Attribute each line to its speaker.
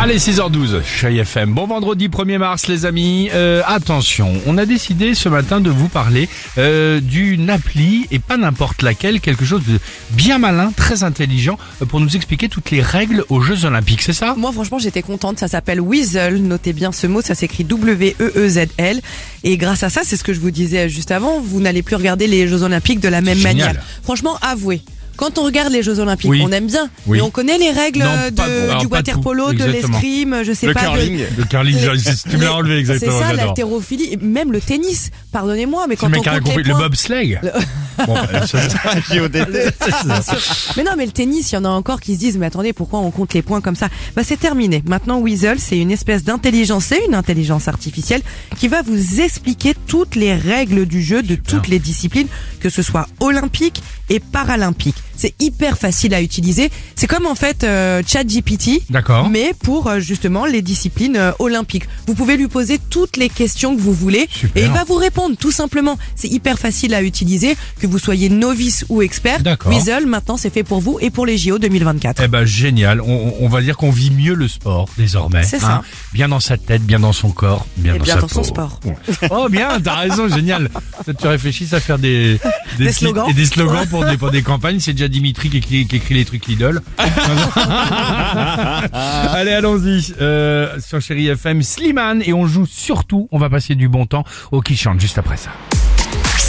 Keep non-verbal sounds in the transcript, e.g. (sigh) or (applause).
Speaker 1: Allez, 6h12, chez FM. Bon vendredi 1er mars, les amis. Euh, attention, on a décidé ce matin de vous parler euh, d'une appli, et pas n'importe laquelle, quelque chose de bien malin, très intelligent, euh, pour nous expliquer toutes les règles aux Jeux Olympiques, c'est ça
Speaker 2: Moi, franchement, j'étais contente. Ça s'appelle Weasel. Notez bien ce mot. Ça s'écrit E W-E-E-Z-L. Et grâce à ça, c'est ce que je vous disais juste avant, vous n'allez plus regarder les Jeux Olympiques de la même
Speaker 1: Génial.
Speaker 2: manière. Franchement, avouez. Quand on regarde les Jeux Olympiques,
Speaker 1: Oui.
Speaker 2: on aime bien,
Speaker 1: Oui.
Speaker 2: mais on connaît les règles
Speaker 1: Non,
Speaker 2: euh, de-
Speaker 1: pas- alors,
Speaker 2: du
Speaker 1: pas tout,
Speaker 2: waterpolo, de
Speaker 1: exactement.
Speaker 2: l'escrime, je sais
Speaker 3: Le
Speaker 2: pas. de-
Speaker 3: curling.
Speaker 1: Le curling,
Speaker 2: j'ai-
Speaker 1: tu
Speaker 2: les-
Speaker 1: me l'as enlevé exactement,
Speaker 2: (laughs) C'est ça,
Speaker 1: j'adore.
Speaker 2: l'haltérophilie, et même le tennis. Pardonnez-moi, mais
Speaker 1: C'est
Speaker 2: quand
Speaker 1: le
Speaker 2: on
Speaker 1: mec qui a
Speaker 2: compte
Speaker 1: compris,
Speaker 2: les
Speaker 1: le
Speaker 2: points,
Speaker 1: bobsleigh Bon, euh, ça, ça,
Speaker 2: Mais non, mais le tennis, il y en a encore qui se disent, mais attendez, pourquoi on compte les points comme ça Bah c'est terminé. Maintenant, Weasel, c'est une espèce d'intelligence, c'est une intelligence artificielle qui va vous expliquer toutes les règles du jeu de toutes les disciplines, que ce soit olympique et paralympique. C'est hyper facile à utiliser. C'est comme en fait euh, ChatGPT,
Speaker 1: D'accord.
Speaker 2: mais pour euh, justement les disciplines euh, olympiques. Vous pouvez lui poser toutes les questions que vous voulez
Speaker 1: Super.
Speaker 2: et il va vous répondre tout simplement. C'est hyper facile à utiliser, que vous soyez novice ou expert.
Speaker 1: D'accord.
Speaker 2: Weasel, maintenant, c'est fait pour vous et pour les JO 2024.
Speaker 1: Eh ben génial, on, on- on va dire qu'on vit mieux le sport désormais. hein.
Speaker 2: C'est ça.
Speaker 1: Bien dans sa tête, bien dans son corps, bien
Speaker 2: Et
Speaker 1: dans
Speaker 2: bien
Speaker 1: sa
Speaker 2: dans son
Speaker 1: peau.
Speaker 2: sport.
Speaker 1: Oh bien, t'as raison, génial. Peut-être tu réfléchis à faire des,
Speaker 2: (laughs) Des
Speaker 1: sli-
Speaker 2: slogans.
Speaker 1: et des slogans pour des, pour des campagnes. C'est déjà Dimitri qui écrit, qui écrit les trucs
Speaker 2: (laughs)
Speaker 1: Lidl. Allez, allons-y euh, sur Chéri FM, Slimane et on joue surtout. On va passer du bon temps au qui chante juste après ça.